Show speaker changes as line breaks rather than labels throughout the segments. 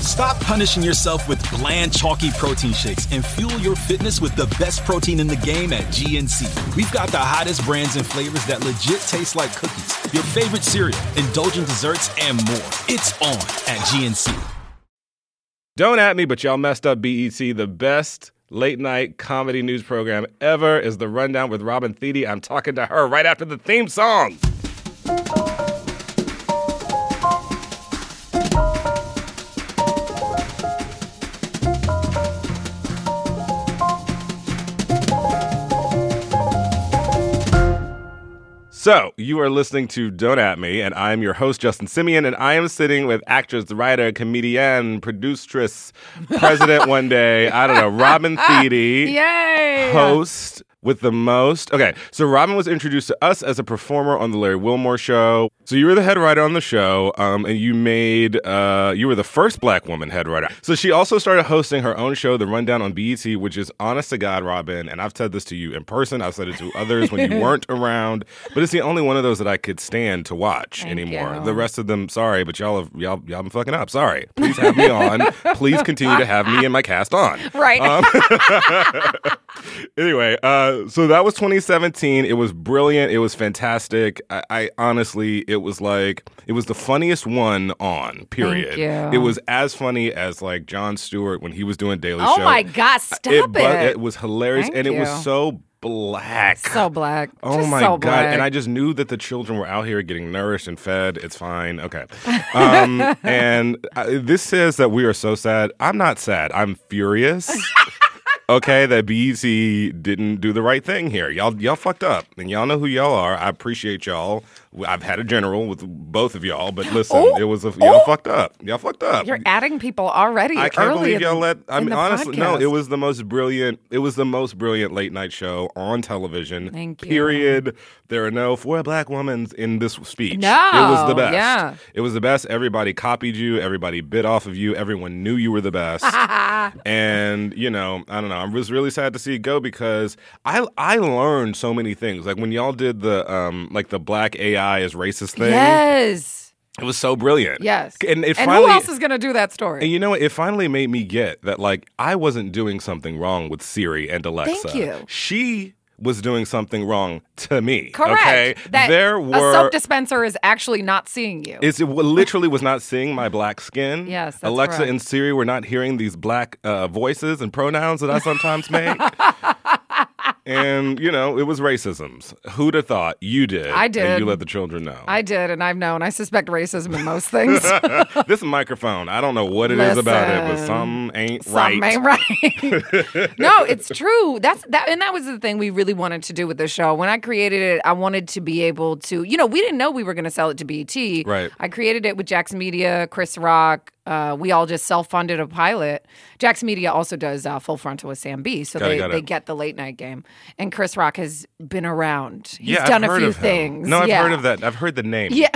Stop punishing yourself with bland, chalky protein shakes and fuel your fitness with the best protein in the game at GNC. We've got the hottest brands and flavors that legit taste like cookies, your favorite cereal, indulgent desserts, and more. It's on at GNC.
Don't at me, but y'all messed up BET. The best late night comedy news program ever is The Rundown with Robin Thede. I'm talking to her right after the theme song. So, you are listening to Don't At Me, and I'm your host, Justin Simeon, and I am sitting with actress, writer, comedian, produceress, president one day, I don't know, Robin Thede.
Yay!
host with the most. Okay, so Robin was introduced to us as a performer on the Larry Wilmore show. So you were the head writer on the show, um, and you made uh, you were the first black woman head writer. So she also started hosting her own show, The Rundown on BET, which is honest to God, Robin. And I've said this to you in person. I've said it to others when you weren't around, but it's the only one of those that I could stand to watch anymore.
you.
The rest of them, sorry, but y'all have y'all y'all been fucking up. Sorry. Please have me on. Please continue to have me and my cast on.
Right.
Anyway, uh, so that was 2017. It was brilliant. It was fantastic. I, I honestly, it was like it was the funniest one on. Period.
you.
It was as funny as like John Stewart when he was doing Daily
oh
Show.
my God! Stop it.
it, bu- it was hilarious,
Thank
and it was
you.
so black.
so black.
Oh
Just
my
so
god!
Black.
And I just knew that the children were out here getting nourished and fed. It's fine. Okay. Um, and uh, this says that we are so sad. I'm not sad. I'm furious. okay, that BET didn't do the right thing here. Y'all, y'all fucked up, and y'all know who y'all are. I appreciate y'all. W- I've had a general with both of y'all, but listen,
Ooh.
it was a, y'all
Ooh.
fucked up. Y'all fucked up.
Oh, You're adding people already.
I can't
early
believe
in-
y'all let. I
in
mean,
the
honestly, no.
podcast.
It was the most brilliant. It was the most brilliant late night show on television.
Thank you.
Period. There are no four black women in this speech.
No,
it was the best.
yeah.
it was the best. Everybody copied you. Everybody bit off of you. Everyone knew you were the best. and you know, I don't know. I was really sad to see it go because I I learned so many things. Like when y'all did the um like the black AI is racist thing.
Yes.
It was so brilliant.
Yes.
And it
and
finally.
who else is going to do that story?
And you know what? It finally made me get that, like, I wasn't doing something wrong with Siri and Alexa.
Thank you.
She was doing something wrong to me.
Correct.
Okay.
That
there
a
were.
soap dispenser is actually not seeing you.
It's, it w- literally was not seeing my black skin.
Yes, that's
Alexa
correct.
and Siri were not hearing these black uh, voices and pronouns that I sometimes make. and, you know, it was racisms. Who'd have thought? You did.
I
And
did.
you let the children know.
I did, and I've known. I suspect racism in most things.
this microphone, I don't know what it is about it, but
Listen.
some ain't
Some ain't right. no, it's true. That's that, and that was the thing we really wanted to do with the show. When I created it, I wanted to be able to, you know, we didn't know we were going to sell it to BET.
Right.
I created it with Jax Media, Chris Rock. Uh, we all just self-funded a pilot. Jax Media also does uh, Full Frontal with Sam B, so
Got it,
they,
got it.
they get the late night game. And Chris Rock has been around. He's
I've
done a
heard
few
of him.
things.
No, I've
Yeah.
heard of that. I've heard the name.
Yeah.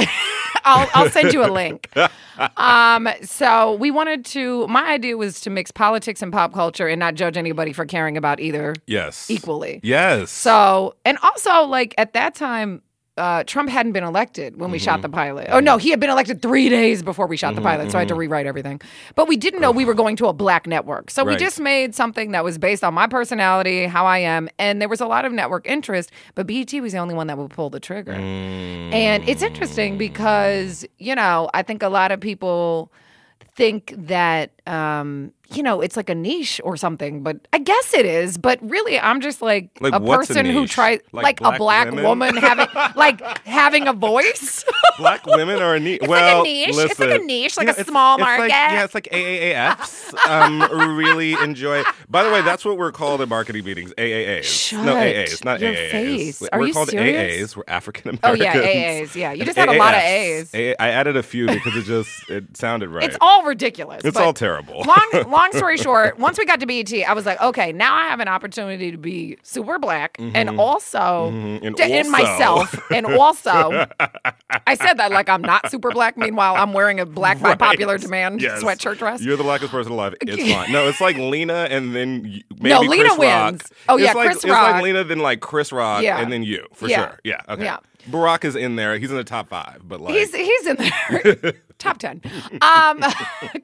I'll, I'll send you a link. Um, so we wanted to, my idea was to mix politics and pop culture and not judge anybody for caring about either
Yes.
equally.
Yes.
So, and also, like, at that time, uh, Trump hadn't been elected when we shot the pilot. Oh, no, he had been elected three days before we shot the pilot, so I had to rewrite everything. But we didn't know we were going to a black network. So we
Right.
just made something that was based on my personality, how I am, and there was a lot of network interest, but BET was the only one that would pull the trigger. And it's interesting because, you know, I think a lot of people think that um you know it's like a niche or something but i guess it is but really i'm just like,
Like,
a
what's a
person who
niche?
tries
Like
like,
black
a black
women?
woman having like having a voice
black women are a niche.
like a
well,
niche. It's like a
listen.
niche, like
Yeah,
a
it's-
small
it's like-
market.
yeah, it's like AAAFs. um, really enjoy. By the way, that's what we're called in marketing meetings. AAAs. No
Shut
AAs, not
your
AAAs.
face. Are
we're
you
called
serious?
AAs. We're African
oh
Americans.
yeah aas yeah you just had a lot of
AAFs.
a's
A- I added a few because it just it sounded right.
it's all ridiculous
It's
but
all terrible.
long long story short, once we got to BET, I was like, okay, now I have an opportunity to be super black and also
Mm-hmm. and
to-
also.
myself and also I said that like I'm not super black. Meanwhile, I'm wearing a black
Right.
by popular demand
Yes.
sweatshirt dress.
You're the blackest person alive. It's fine. No, it's like Lena and then y- maybe
No, Lena
Chris Rock.
wins. Oh,
It's
yeah,
like,
Chris
It's like
Rock.
Lena, then like Chris Rock,
Yeah.
and then you for
Yeah.
sure. Yeah. Okay.
Yeah.
Barack is in there. He's in the top five, but like
He's he's in there. Top ten. Um,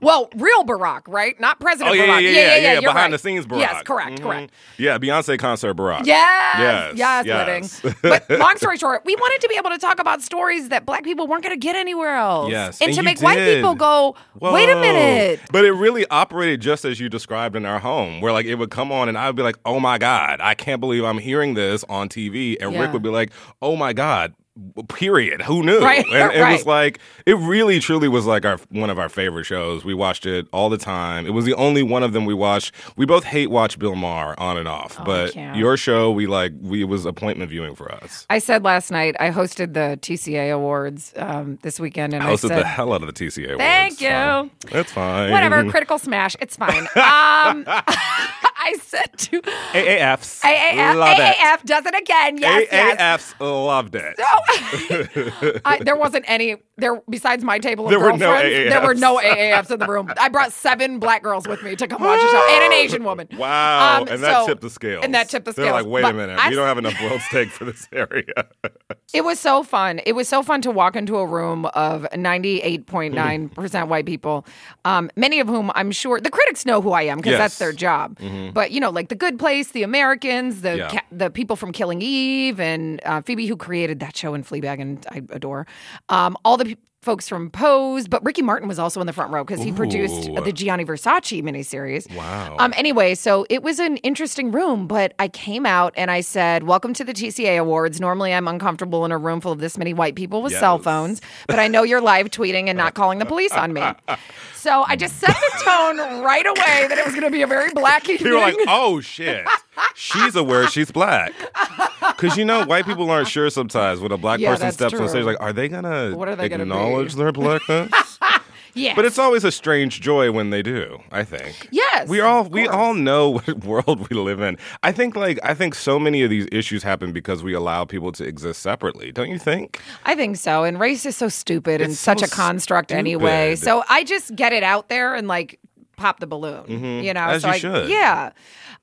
well, real Barack, right? Not President
oh yeah,
Barack.
yeah, yeah, yeah, yeah,
you're
behind
right.
the scenes Barack.
Yes, correct,
Mhm.
correct.
Yeah, Beyonce concert Barack.
Yes, yes,
Yes.
living. but long story short, we wanted to be able to talk about stories that black people weren't going to get anywhere else.
Yes,
and,
and
to
you
make white
did.
people go, wait a
Whoa.
minute.
But it really operated just as you described in our home, where like it would come on and I would be like, oh my God, I can't believe I'm hearing this on TV. And
Yeah.
Rick would be like, oh my God, w- period. Who knew?
Right,
and it was
right.
like, it really truly was like our one of our favorite shows. We watched it all the time. It was the only one of them we watched. We both hate watch Bill Maher on and off, but
Oh, can't.
your show, we like, we, it was appointment viewing for us.
I said last night, I hosted the TCA Awards um, this weekend, and I,
hosted
said,
the hell out of the TCA.
Thank
awards.
you.
That's fine.
whatever, critical smash, it's fine. Um, I said to
AAFs.
AAF,
Love it.
AAF does it again. Yes, yes.
AAFs loved it.
I, there wasn't any there besides my table of
There were no
girlfriends. there were
AAFs.
no AAFs in the room. I brought seven black girls with me to come watch the show and an Asian woman.
Wow,
Um,
and that
so-
tipped the scales.
And that tipped the scales.
They're like, wait
But
a minute,
I-
we don't have enough world steak for this area.
It was so fun. It was so fun to walk into a room of
Mm-hmm.
98.9% white people, um, many of whom I'm sure the critics know who I am because
Yes. Mm-hmm.
that's their job. But, you know, like The Good Place, The Americans, the
Yeah.
ca- the people from Killing Eve, and uh, Phoebe, who created that show in Fleabag, and I adore. Um, all the pe- folks from Pose, but Ricky Martin was also in the front row because he produced
Ooh.
the Gianni Versace miniseries.
Wow.
Um, anyway, so it was an interesting room, but I came out and I said, Welcome to the TCA Awards. Normally I'm uncomfortable in a room full of this many white people with cell
Yes.
phones, but I know you're live tweeting and not calling the police on me. So I just set the tone right away that it was going to be a very black evening.
People are like, oh shit, she's aware she's black. Because you know, white people aren't sure sometimes when a black
Yeah,
person
that's
steps on
true.
stage, like, are they gonna
What are they gonna be?
acknowledge their blackness?
yes.
but it's always a strange joy when they do. I think.
Yes,
We all
of
we
course.
all know what world we live in. I think like I think so many of these issues happen because we allow people to exist separately. Don't you think?
I think so. And race is so stupid and
It's
such
so
a construct anyway.
stupid.
So I just get it out there and like pop the balloon, you know?
As
so
you
I,
should.
Yeah.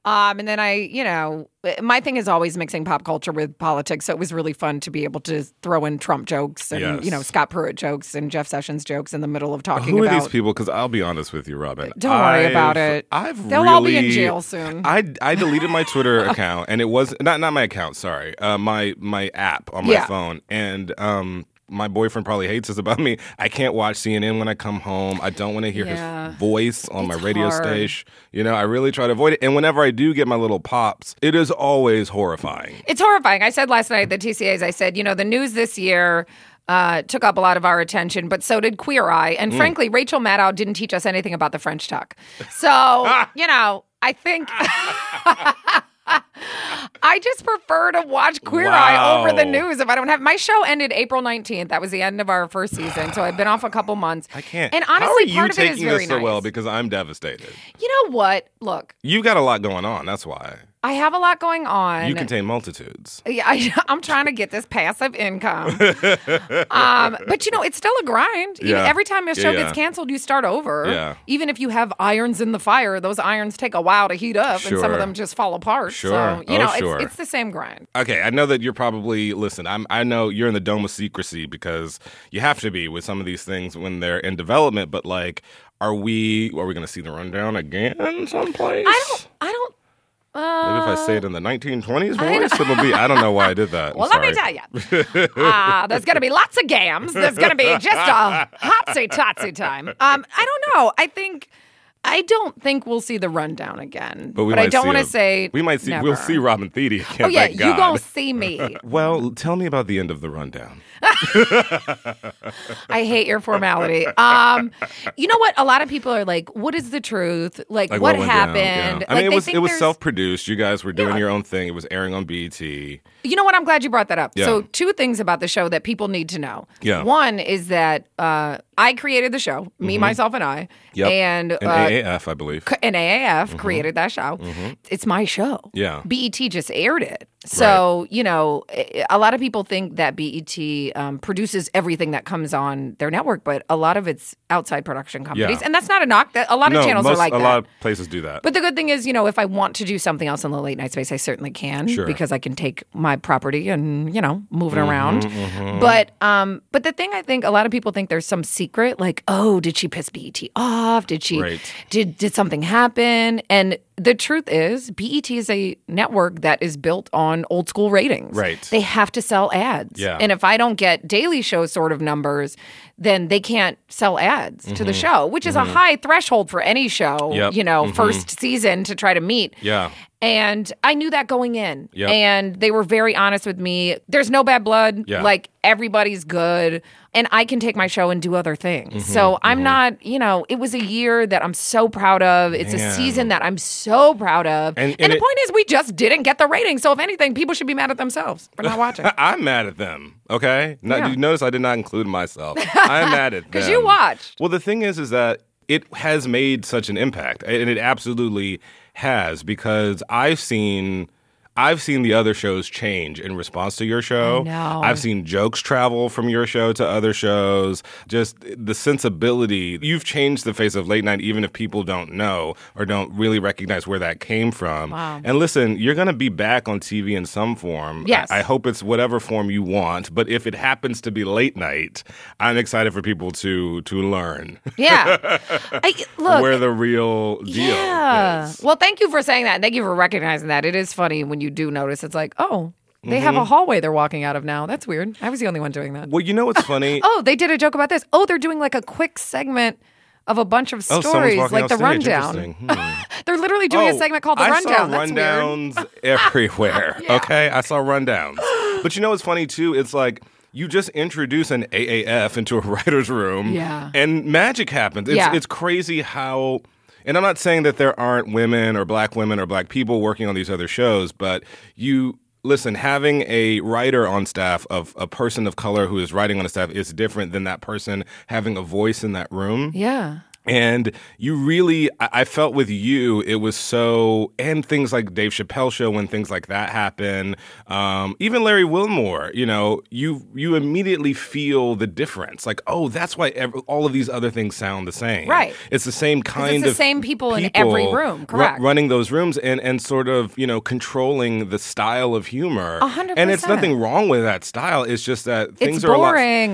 Um, and then I, you know, my thing is always mixing pop culture with politics. So it was really fun to be able to throw in Trump jokes and,
Yes.
you know, Scott Pruitt jokes and Jeff Sessions jokes in the middle of talking
Who are
about
these people? Because I'll be honest with you, Robin.
Don't worry about
I've-
it.
I've
They'll
really,
all be in jail soon.
I, I deleted my Twitter account, and it was not not my account. Sorry, uh, my my app on my
Yeah.
phone, and um. My boyfriend probably hates this about me. I can't watch CNN when I come home. I don't want to hear
Yeah.
his voice on my
It's
radio
hard.
station. You know, I really try to avoid it. And whenever I do get my little pops, it is always horrifying.
It's horrifying. I said last night at the TCAs, I said, you know, the news this year uh, took up a lot of our attention, but so did Queer Eye.
Mm.
And frankly, Rachel Maddow didn't teach us anything about the French tuck. So, you know, I think. I just prefer to watch Queer Eye over the
Wow.
news if I don't have my show ended April 19th. That was the end of our first season, so I've been off a couple months.
I can't.
And
How are
honestly,
you
part of it
taking
is very
this so
nice.
well? Because I'm devastated.
you know what? Look,
You've got a lot going on. That's why
I have a lot going on.
you contain multitudes.
Yeah, I, I'm trying to get this passive income. um, but you know, it's still a grind. Even-
Yeah.
Every time a
Yeah,
show
yeah.
gets canceled, you start over.
Yeah.
Even if you have irons in the fire, those irons take a while to heat up, and some
Sure.
of them just fall apart.
Sure.
So you
Oh,
know,
sure.
it's, it's the same grind.
Okay, I know that you're probably listen. I'm. I know you're in the dome of secrecy because you have to be with some of these things when they're in development. But like, are we? Are we going to see the rundown again someplace?
I don't. I don't.
Maybe if I say it in the 1920s voice, it'll be. I don't know why I did that. I'm
Well,
sorry.
let me tell you, uh, there's going to be lots of gams. There's going to be just a hopsy totsy time. Um, I don't know. I think I don't think we'll see the rundown again.
But we
I
might
don't
see
want
a-
to say
we might see. We'll
never.
see Robin Thede again.
Oh yeah,
thank
you
God.
gonna see me.
Well, tell me about the end of the rundown.
I hate your formality. Um, you know what? A lot of people are like, "What is the truth? Like, what,
went down,
happened?"
yeah. I mean,
Like, they
it was
think
it was
there's-
self-produced. You guys were doing your own thing. It was airing on BT.
You know what? I'm glad you brought that up.
Yeah.
So, two things about the show that people need to know.
Yeah. Mm-hmm.
One is that uh, I created the show, me, myself, and I.
Yep.
And,
In
uh,
AAF, I believe.
c- and AAF created that show. It's my show.
Mm-hmm. Yeah.
BET just aired it. So, you know, i- a lot of people think that BET um, produces everything that comes on their network, but a lot of it's outside production companies.
Yeah.
And that's not a knock. That A lot
no,
of channels
most,
are like
a
that.
lot of places do that.
But the good thing is, you know, if I want to do something else in the late night space, I certainly can
Sure. Mm-hmm,
because I can take my property and, you know, move it around. But um but the thing I think a lot of people think there's some secret like, "Oh, did she piss BET off? Did she
Right.
did did something happen?" And the truth is, BET is a network that is built on old school ratings.
Right.
They have to sell ads.
Yeah.
And if I don't get daily show sort of numbers, then they can't sell ads to the show, which is a high threshold for any show,
Mm-hmm. Yep.
you know, first season to try to meet.
Mm-hmm. yeah.
And I knew that going in.
Yep.
And they were very honest with me. There's no bad blood.
Yeah.
Like everybody's good. And I can take my show and do other things.
Mm-hmm.
so I'm not, you know, it was a year that I'm so proud of. It's
Man.
a season that I'm so proud of.
And-
And,
and
the
it-
point is, we just didn't get the ratings. So if anything, people should be mad at themselves for not watching.
I- I'm mad at them. Okay. No,
Yeah.
You notice I did not include myself. I'm mad at them
'Cause you watched.
Well, the thing is, is that it has made such an impact, and it absolutely has because I've seen. I've seen the other shows change in response to your show.
know.
I've seen jokes travel from your show to other shows. Just the sensibility. You've changed the face of late night, even if people don't know or don't really recognize where that came from.
Wow.
And listen, you're going to be back on TV in some form.
Yes.
I, I hope it's whatever form you want. But if it happens to be late night, I'm excited for people to to learn
Yeah. I, look,
where the real deal
yeah.
is.
Well, thank you for saying that. Thank you for recognizing that. It is funny when you do notice. It's like, oh, they have
Mm-hmm.
a hallway they're walking out of now. That's weird. I was the only one doing that.
Well, you know what's funny?
Oh, they did a joke about this. Oh, they're doing like a quick segment of a bunch of
Oh, someone's
stories,
walking
like the
off stage.
rundown.
Interesting. Hmm.
They're literally doing a
Oh,
segment called the
I
rundown.
Saw
That's weird.
rundowns everywhere. Okay, I saw rundowns. But you know what's funny too? It's like you just introduce an AAF into a writer's room,
Yeah.
and magic happens. It's,
Yeah.
it's crazy how. And I'm not saying that there aren't women or black women or black people working on these other shows, but you listen, having a writer on staff of a person of color who is writing on a staff is different than that person having a voice in that room.
Yeah.
And you really, I I felt with you, it was so, and things like Dave Chappelle show when things like that happen, um, even Larry Wilmore, you know, you you immediately feel the difference. Like, oh, that's why ev- all of these other things sound the same.
Right.
It's the same kind
the
of
same people in every
people
room,
ru-
correct.
running those rooms and and sort of you know controlling the style of humor.
hundred
And it's
percent.
nothing wrong with that style. It's just that things are
boring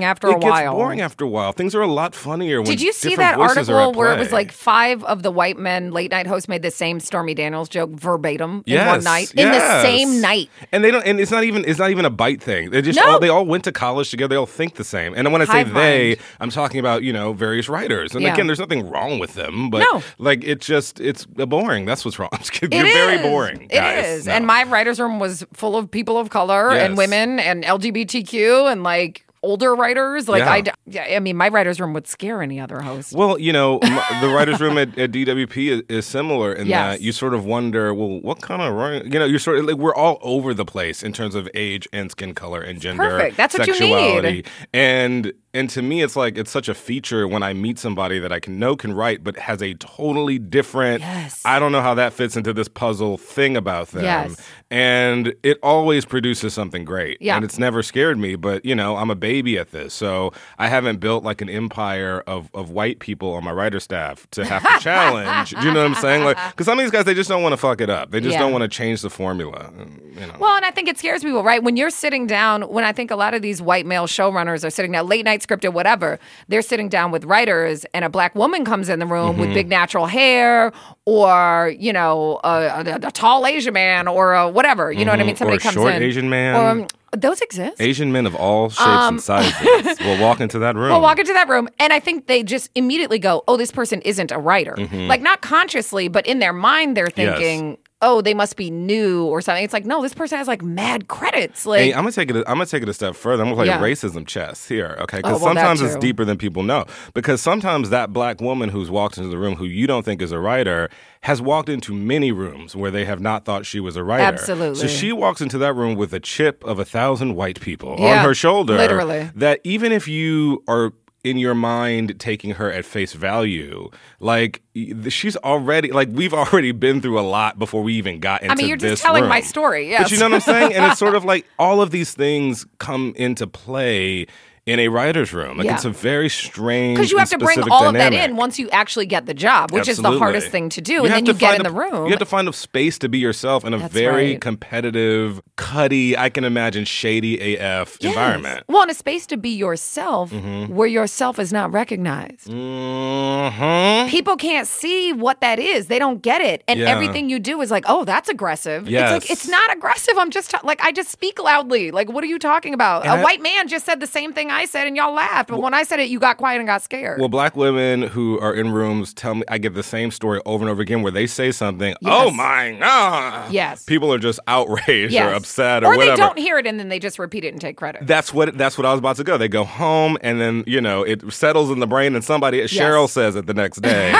a lot,
after a
it
while.
Gets boring after a while. Things are a lot funnier. when
Did you see
different
that
voices are at
article where it was
play.
like five of the white men late night hosts made the same Stormy Daniels joke verbatim
yes,
in one night in the
yes.
same night?
and they don't and it's not even it's not even a bite thing they just
No.
all, they all went to college together they all think the same and when i say
Hive
they
mind.
i'm talking about you know various writers and
Yeah.
again there's nothing wrong with them but
No.
like it's just it's boring that's what's wrong you're
It
very
is.
boring
It
guys.
is.
No.
And my writer's room was full of people of color and
Yes.
women and LGBTQ and like older writers. Like
Yeah.
I d yeah. I, mean, my writer's room would scare any other host.
Well, you know, m- the writers' room at, at DWP is, is similar in
Yes.
that you sort of wonder, well, what kind of writing? You know, you're sort of like we're all over the place in terms of age and skin color and gender,
Perfect. That's what you need.
sexuality, and and to me, it's like it's such a feature when I meet somebody that I can know can write, but has a totally different.
Yes.
I don't know how that fits into this puzzle thing about them.
Yes.
And it always produces something great.
Yeah.
And it's never scared me, but you know, I'm a baby at this. So I haven't built like an empire of, of white people on my writer staff to have to challenge. Do you know what I'm saying? Like, because some of these guys, they just don't want to fuck it up. They just
Yeah.
don't want to change the formula. And you know.
Well, and I think it scares people, right? When you're sitting down, when I think a lot of these white male showrunners are sitting down, late night script or whatever, they're sitting down with writers, and a black woman comes in the room
Mm-hmm.
with big natural hair, or you know, a, a, a tall Asian man, or a whatever. You know what I mean?
Mm-hmm. or a
Somebody comes
short
in.
Asian man.
Or, um, those exist.
Asian men of all shapes and sizes will walk into that room.
um, Well, walk into that room, and I think they just immediately go, "Oh, this person isn't a writer." Like not consciously, but in their mind, they're
Mm-hmm. Yes.
thinking, "Oh, they must be new or something." It's like, no, this person has like mad credits. Like,
Hey, I'm gonna take it. I'm gonna take it a step further. I'm gonna play
Yeah.
racism chess here, okay?
Oh,
Because
well, that
sometimes it's
too.
deeper than people know. Because sometimes that black woman who's walked into the room, who you don't think is a writer, has walked into many rooms where they have not thought she was a writer. So
Absolutely.
she walks into that room with a chip of a thousand white people
Yeah,
on her shoulder.
literally.
That even if you are in your mind taking her at face value, like y- she's already like we've already been through a lot before we even got into.
I mean, you're
this
just telling my
room.
story.
But you
yes.
know what I'm saying? And it's sort of like all of these things come into play in a writer's room. Like
Yeah.
it's a very strange
because you
and
have to bring
specific
all of that
dynamic.
in once you actually get the job, which is
Absolutely.
the hardest thing to do. and
have
then
to
you get
find
in
a-
the room.
You have to find a space to be yourself in a
That's
very
right.
competitive, cutty, I can imagine shady AF
Yes.
environment.
Well, in a space to be yourself where yourself is not recognized.
Mm-hmm.
People can't see what that is. They don't get it. And
Yeah.
everything you do is like, oh, that's aggressive. It's
Yes.
like, it's not aggressive. I'm just, ta- like, I just speak loudly. Like, what are you talking about? A
I-
white man just said the same thing I said and y'all laughed. But when I said it, you got quiet and got scared.
Well, black women who are in rooms tell me I get the same story over and over again where they say something, oh
Yes.
my god.
Yes.
People are just outraged
Yes.
or upset or,
or
whatever.
they don't hear it and then they just repeat it and take credit.
That's what that's what I was about to go. They go home and then, you know, it settles in the brain and somebody Cheryl says it the next day.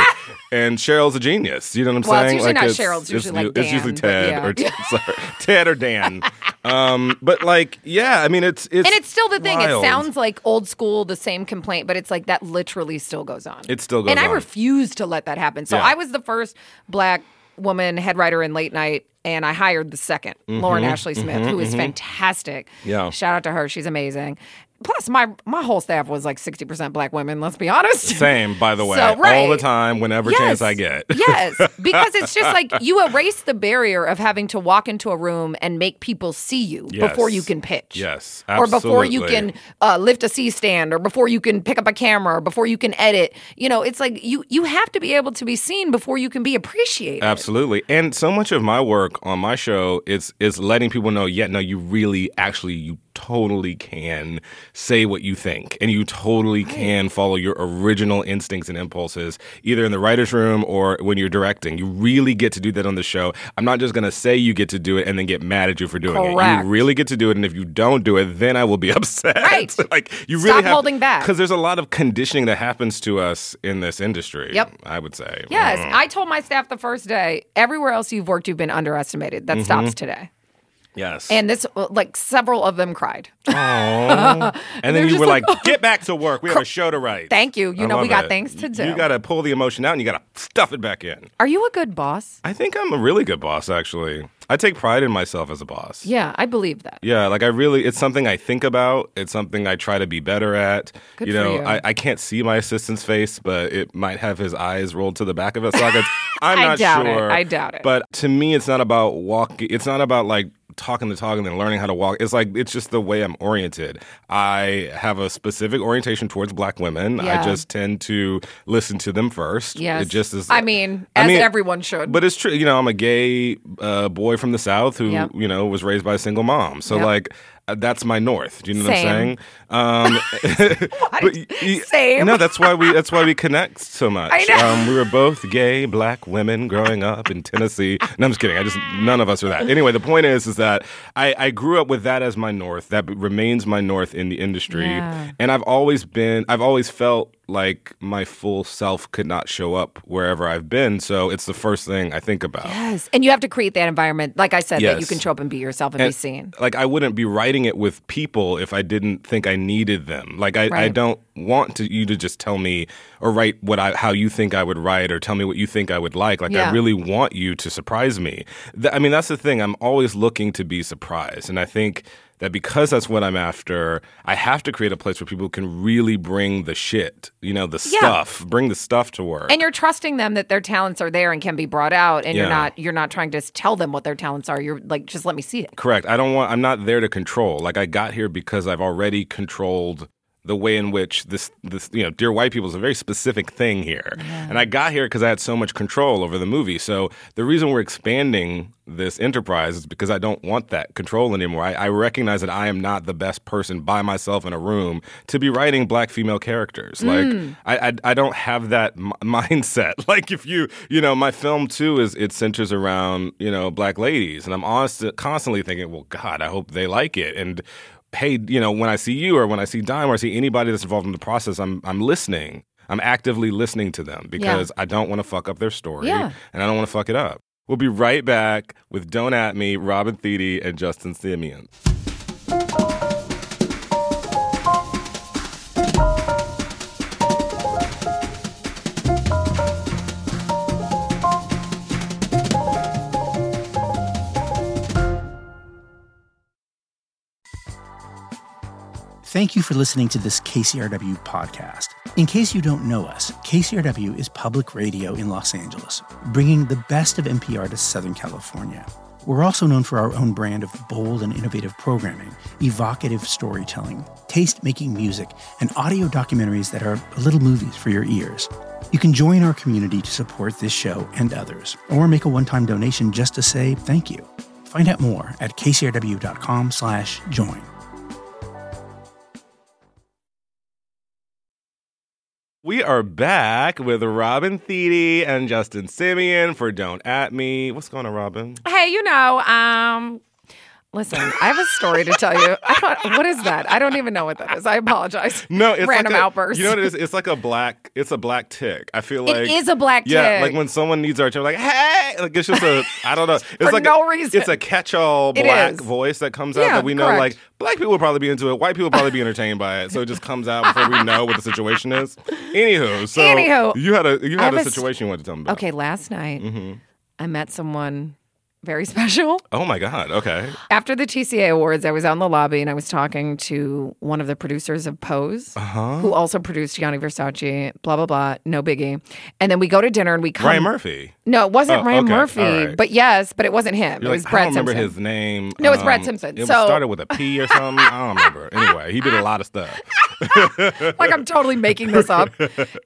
and Cheryl's a genius. You know what I'm
Well, it's
saying?
usually not Cheryl, it's usually like
it's usually Ted
Dan,
or
but yeah.
sorry, Ted or Dan. um but like yeah, I mean it's it's
and it's still the thing.
wild.
It sounds like old school, the same complaint, but it's like that literally still goes on.
It still goes
And
on.
I refuse to let that happen. So
Yeah.
I was the first black woman head writer in late night, and I hired the 2nd Lauren Ashley Smith, who is fantastic.
Mm-hmm. Yeah.
Shout out to her. She's amazing. Plus, my my whole staff was like 60% black women, let's be honest.
same by the way.
So,
All the
right.
time whenever chance I get.
yes, because it's just like you erase the barrier of having to walk into a room and make people see you before
Yes.
you can pitch.
Yes,
Or before you
absolutely.
can uh, lift a C stand, or before you can pick up a camera, or before you can edit. You know, it's like you you have to be able to be seen before you can be appreciated.
Absolutely. And so much of my work on my show is is letting people know, yeah, no, you really actually you totally can say what you think and you totally can follow your original instincts and impulses either in the writers room or when you're directing. You really get to do that on the show. I'm not just going to say you get to do it and then get mad at you for doing it.
Correct.
You really get to do it and if you don't do it, then I will be upset.
Right.
like you
Stop
really have,
holding back.
Cuz there's a lot of conditioning that happens to us in this industry,
Yep.
I would say.
Yes, I told my staff the first day. Everywhere else you've worked, you've been underestimated.
Mm-hmm.
That stops today.
Yes.
And this, like, several of them cried.
And then you were like, get back to work. We have a show to write.
"Oh." Thank you. You
I
know, we
love
got
it.
things to do.
You got to pull the emotion out and you got to stuff it back in.
Are you a good boss?
I think I'm a really good boss, actually. I take pride in myself as a boss.
Yeah, I believe that.
Yeah, like I really, it's something I think about. It's something I try to be better at.
Good
you
for
know,
you.
I, I can't see my assistant's face, but it might have his eyes rolled to the back of his sockets. I'm
I
not
doubt it.
sure.
I doubt it.
But to me, it's not about walking. It's not about like talking the talk and then learning how to walk. It's like it's just the way I'm oriented. I have a specific orientation towards black women. I
Yeah.
just tend to listen to them first.
Yes.
It just is.
I mean, as everyone should.
But it's true. You know, I'm a gay uh, boy from the South who,
Yep.
you know, was raised by a single mom. So,
Yep.
like, uh, that's my north. Do you know
Same.
what I'm saying? Um, but y- y-
Same.
No, that's why we that's why we connect so much.
I know.
Um, we were both gay black women growing up in Tennessee. No, I'm just kidding. I just none of us are that. Anyway, the point is, is that I, I grew up with that as my north. That remains my north in the industry,
Yeah.
and I've always been. I've always felt like my full self could not show up wherever I've been. So it's the first thing I think about.
Yes. And you have to create that environment, like I said, that you
Yes.
can show up and be yourself and, be
And,
seen.
Like I wouldn't be writing it with people if I didn't think I needed them. Like I, I
Right.
don't want to you to just tell me or write what I how you think I would write or tell me what you think I would like. Like I
Yeah.
really want you to surprise me. Th- I mean that's the thing. I'm always looking to be surprised, and I think that because that's what I'm after, I have to create a place where people can really bring the shit, you know, the
Yeah.
stuff, bring the stuff to work.
and you're trusting them that their talents are there and can be brought out and you're
Yeah.
not you're not trying to s- tell them what their talents are you're like just let me see it
Correct. I don't want. I'm not there to control. Like I got here because I've already controlled the way in which this this you know dear white people is a very specific thing here and i got here because i had so much control over the movie so the reason we're expanding this enterprise is because i don't want that control anymore I, I recognize that i am not the best person by myself in a room to be writing black female characters like I, I i don't have that m- mindset like if you you know my film too is it centers around you know black ladies and i'm honest, constantly thinking well god i hope they like it and hey, you know, when I see you or when I see Dime or I see anybody that's involved in the process, I'm I'm listening. I'm actively listening to them because I don't want to fuck up their story
Yeah.
and I don't want to fuck it up. We'll be right back with Don't At Me, Robin Thede, and Justin Simeon.
Thank you for listening to this KCRW podcast. In case you don't know us, KCRW is public radio in Los Angeles, bringing the best of NPR to Southern California. We're also known for our own brand of bold and innovative programming, evocative storytelling, taste making music, and audio documentaries that are little movies for your ears. You can join our community to support this show and others, or make a one time donation just to say thank you. Find out more at kcrw.com slash join.
We are back with Robin Thede and Justin Simeon for Don't At Me. What's going on, Robin?
hey you know um listen i have a story to tell you I don't, what is that i don't even know what that is i apologize
No, it's
random
like a,
outburst
You know what it is? It's like a black. It's a black tick. I feel
It
like
is a black
Yeah,
tick.
like when someone needs our attention, like hey, like it's just a. I don't know. It's
For
like
no
a,
reason.
It's a catch-all
It
black
is.
voice that comes out
Yeah,
that we know
correct.
like black people will probably be into it. White people will probably be entertained by it. So it just comes out before we know what the situation is. Anywho, so
Anywho.
you had a you
I
had a
have a s-
situation you wanted to tell me about.
okay last night
Mm-hmm.
i met someone very special
Oh my God. Okay.
After the TCA Awards, I was out in the lobby and I was talking to one of the producers of Pose,
Uh-huh.
who also produced Gianni Versace, blah, blah, blah, no biggie. And then we go to dinner and we come.
Ryan Murphy.
No, it wasn't
Oh,
Ryan
okay.
Murphy,
All right.
but yes, but it wasn't him.
You're
it
like,
was Brad
I don't remember
Simpson.
his name. um,
No, it's Brad Simpson.
It
So-
started with a P or something. I don't remember. Anyway, he did a lot of stuff.
like I'm totally making this up.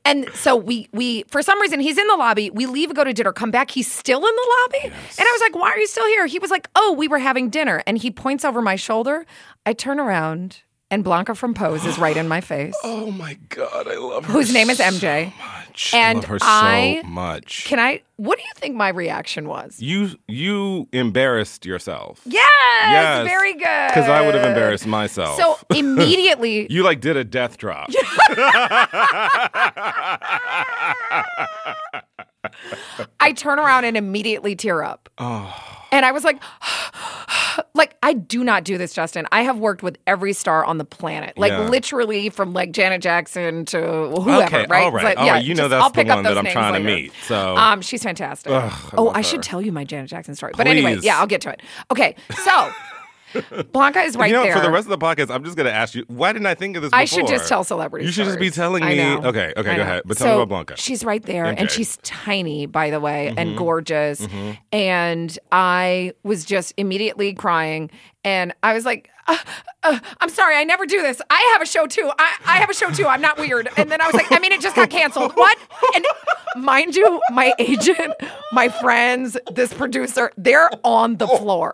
And so we we for some reason he's in the lobby. We leave, go to dinner, come back. He's still in the lobby, and I was like, "Why are you still here?" He was like, "Oh, we were having dinner." And he points over my shoulder. I turn around, and Blanca from Pose is right in my face.
Oh my God, I love her.
whose name is MJ.
much.
And
love her
I
so much.
Can I? What do you think my reaction was?
you you embarrassed yourself.
Yes,
Yes.
very good.
Because I would have embarrassed myself.
So immediately,
you like did a death drop.
I turn around and immediately tear up.
Oh.
And I was like, like I do not do this, Justin. I have worked with every star on the planet, like
Yeah.
literally from like Janet Jackson to whoever.
Okay,
right?
all right,
It's like,
all right. You know that's
I'll
the
pick up
one that
those
I'm
names
trying to
later.
meet, so-
um, she's fantastic. oh, I should
her.
tell you my Janet Jackson story, but anyway,
Please.
yeah, I'll get to it. Okay, so Blanca is right
you know,
there.
for the rest of the podcast, I'm just going to ask you, why didn't I think of this?
I should
before?
just tell celebrities.
You should just be telling
I
me.
know.
Okay, okay,
I
go
know.
ahead. But tell
So
me about Blanca.
She's right there, and
Okay. Mm-hmm.
she's tiny, by the way, and gorgeous. And I was just immediately crying, and I was like. "Uh, uh, I'm sorry, I never do this. I have a show too. I, I have a show too. I'm not weird. And then I was like, I mean, it just got canceled. What? And mind you, my agent, my friends, this producer, they're on the floor.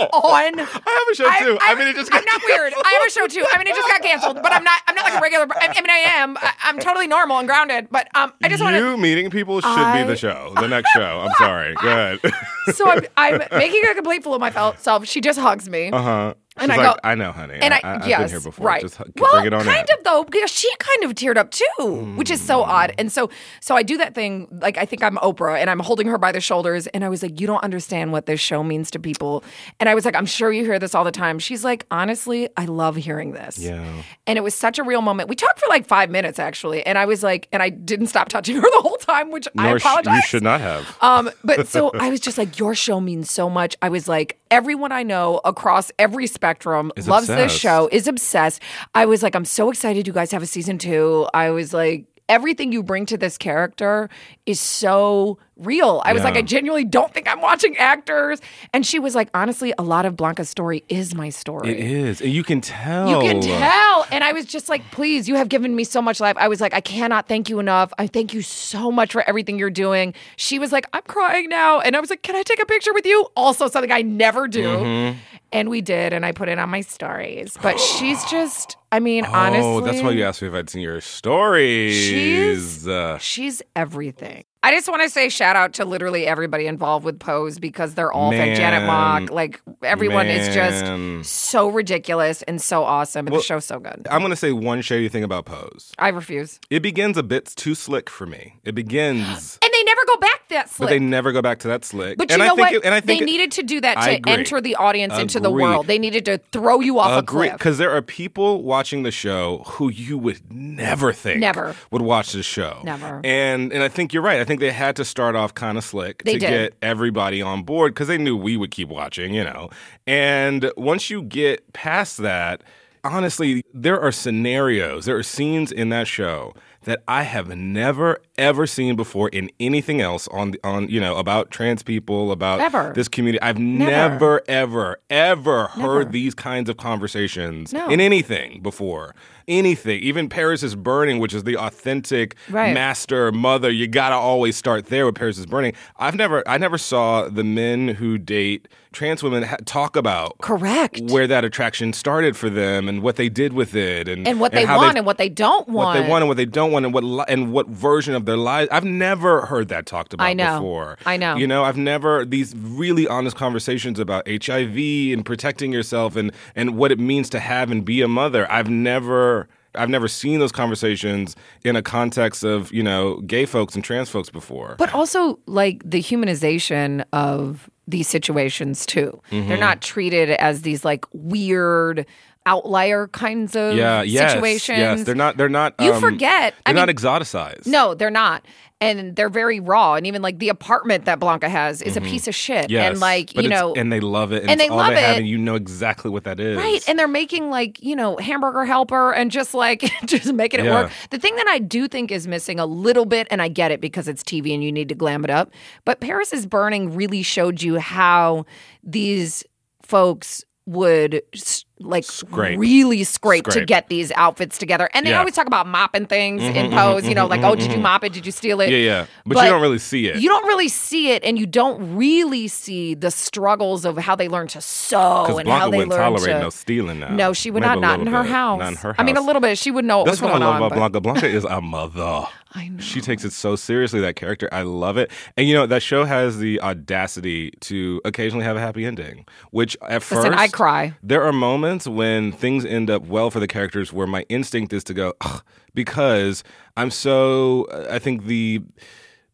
on. I
have a show, too. I mean, it just got
I'm not weird. I have a show too. I mean, it just got canceled, but I'm not. I'm not like a regular. I, I mean, I am. I, I'm totally normal and grounded, but um, I just want
you
to.
meeting people should
I-
be the show, the next show. I'm sorry. Go ahead.
So I'm, I'm making a complete fool of myself. She just hugs me.
Uh huh.
And
She's
I
like,
go-
I know, honey.
And I,
have
yes,
been here before.
right.
Just h-
well,
bring it on
kind
in. Hmm.
of though, because she kind of teared up too, which is so odd. And so, so I do that thing, like I think I'm Oprah, and I'm holding her by the shoulders, and I was like, "You don't understand what this show means to people." And I was like, "I'm sure you hear this all the time." She's like, "Honestly, I love hearing this."
Yeah.
And it was such a real moment. We talked for like five minutes actually, and I was like, and I didn't stop touching her the whole time, which I
Nor sh-
apologize.
you should not have.
Um, but so I was just like, your show means so much. I was like, everyone I know across every spectrum,
Is
loves this
obsessed.
show, is obsessed. I was like, I'm so excited you guys have a season two. I was like, everything you bring to this character is so real. I was like, I genuinely don't think I'm watching actors. And she was like, honestly, a lot of Blanca's story is my story.
It is. And you can tell.
You can tell. And I was just like, please, you have given me so much life. I was like, I cannot thank you enough. I thank you so much for everything you're doing. She was like, I'm crying now. And I was like, can I take a picture with you? Also, something I never do.
Mm-hmm.
And we did. And I put it on my stories. But she's just, I mean, honestly.
Oh, that's why you asked me if I'd seen your stories.
She's-
Uh,
She's everything. I just want to say shout out to literally everybody involved with Pose because they're all fan- Janet
Man.
Mock. Like everyone is
Man.
just so ridiculous and so awesome. And the show's so good.
I'm going to say one shady thing about Pose.
I refuse.
It begins a bit too slick for me. It begins,
And they never go back that
but
slick.
they never go back to that slick.
But
and
you
I
know
think
what?
It, and I think
they
it-
needed to do that
I
to
agree.
enter the audience into the
Agree.
world. They needed to throw you off
Agree,
a cliff.
because there are people watching the show who you would never think
Never.
would watch the show.
Never.
And and I think you're right. I think they had to start off kind of slick
They
to
did.
get everybody on board because they knew we would keep watching, you know. And once you get past that, honestly, there are scenarios, there are scenes in that show that I have never ever seen before in anything else on the, on you know about trans people about
Ever.
this community. I've never
Never.
ever ever heard these kinds of conversations
No.
in anything before. Anything, even Paris is Burning, which is the authentic
Right.
master mother. You gotta always start there with Paris is Burning. I've never, I never saw the men who date trans women ha- talk about
Correct.
where that attraction started for them and what they did with it, and
and what they
how
want and what they don't
what
want.
they want and what they don't want and what li- and what version of their lives. I've never heard that talked about
I know.
before.
I know.
You know, I've never these really honest conversations about HIV and protecting yourself and and what it means to have and be a mother. I've never I've never seen those conversations in a context of, you know, gay folks and trans folks before.
But also, like the humanization of these situations too. They're
Mm-hmm.
not treated as these like weird outlier kinds of
yeah, yes,
situations.
yes, they're not. They're not.
You
um,
forget. I
They're not
mean-
exoticized.
No, they're not. And they're very raw. And even like the apartment that Blanca has is a piece of shit.
Mm-hmm. Yes,
and like,
but
you
it's-
know,
and they love it, and,
and
it's
they
all
love
they have,
it.
and you know exactly what that is.
Right. And they're making like, you know, hamburger helper and just like just making it
Yeah.
work. The thing that I do think is missing a little bit, and I get it because it's TV and you need to glam it up, but Paris is Burning really showed you how these folks would s- like
Scrape.
really scrape, to
Scrape.
get these outfits together. And they
Yeah. Mm-hmm,
always talk about mopping things in pose, you know, like, oh, did you mop it? Did you steal it?
yeah, yeah. But,
But
you don't really see it.
You don't really see it, and you don't really see the struggles of how they learn to sew
Because
and
Blanca
how they
wouldn't
learn
tolerate
to.
no stealing now.
No, she would
Maybe
not.
a
Not in
little
her
bit.
house.
Not in her house.
I mean, a little bit. She would know what
That's
was
what I
going
love
on.
about
but-
Blanca. Blanca is a mother.
I know.
She takes it so seriously, that character. I love it. And you know, that show has the audacity to occasionally have a happy ending, which at
Listen,
first.
I cry.
There are moments when things end up well for the characters where my instinct is to go, Ugh, because I'm so. uh, I think the.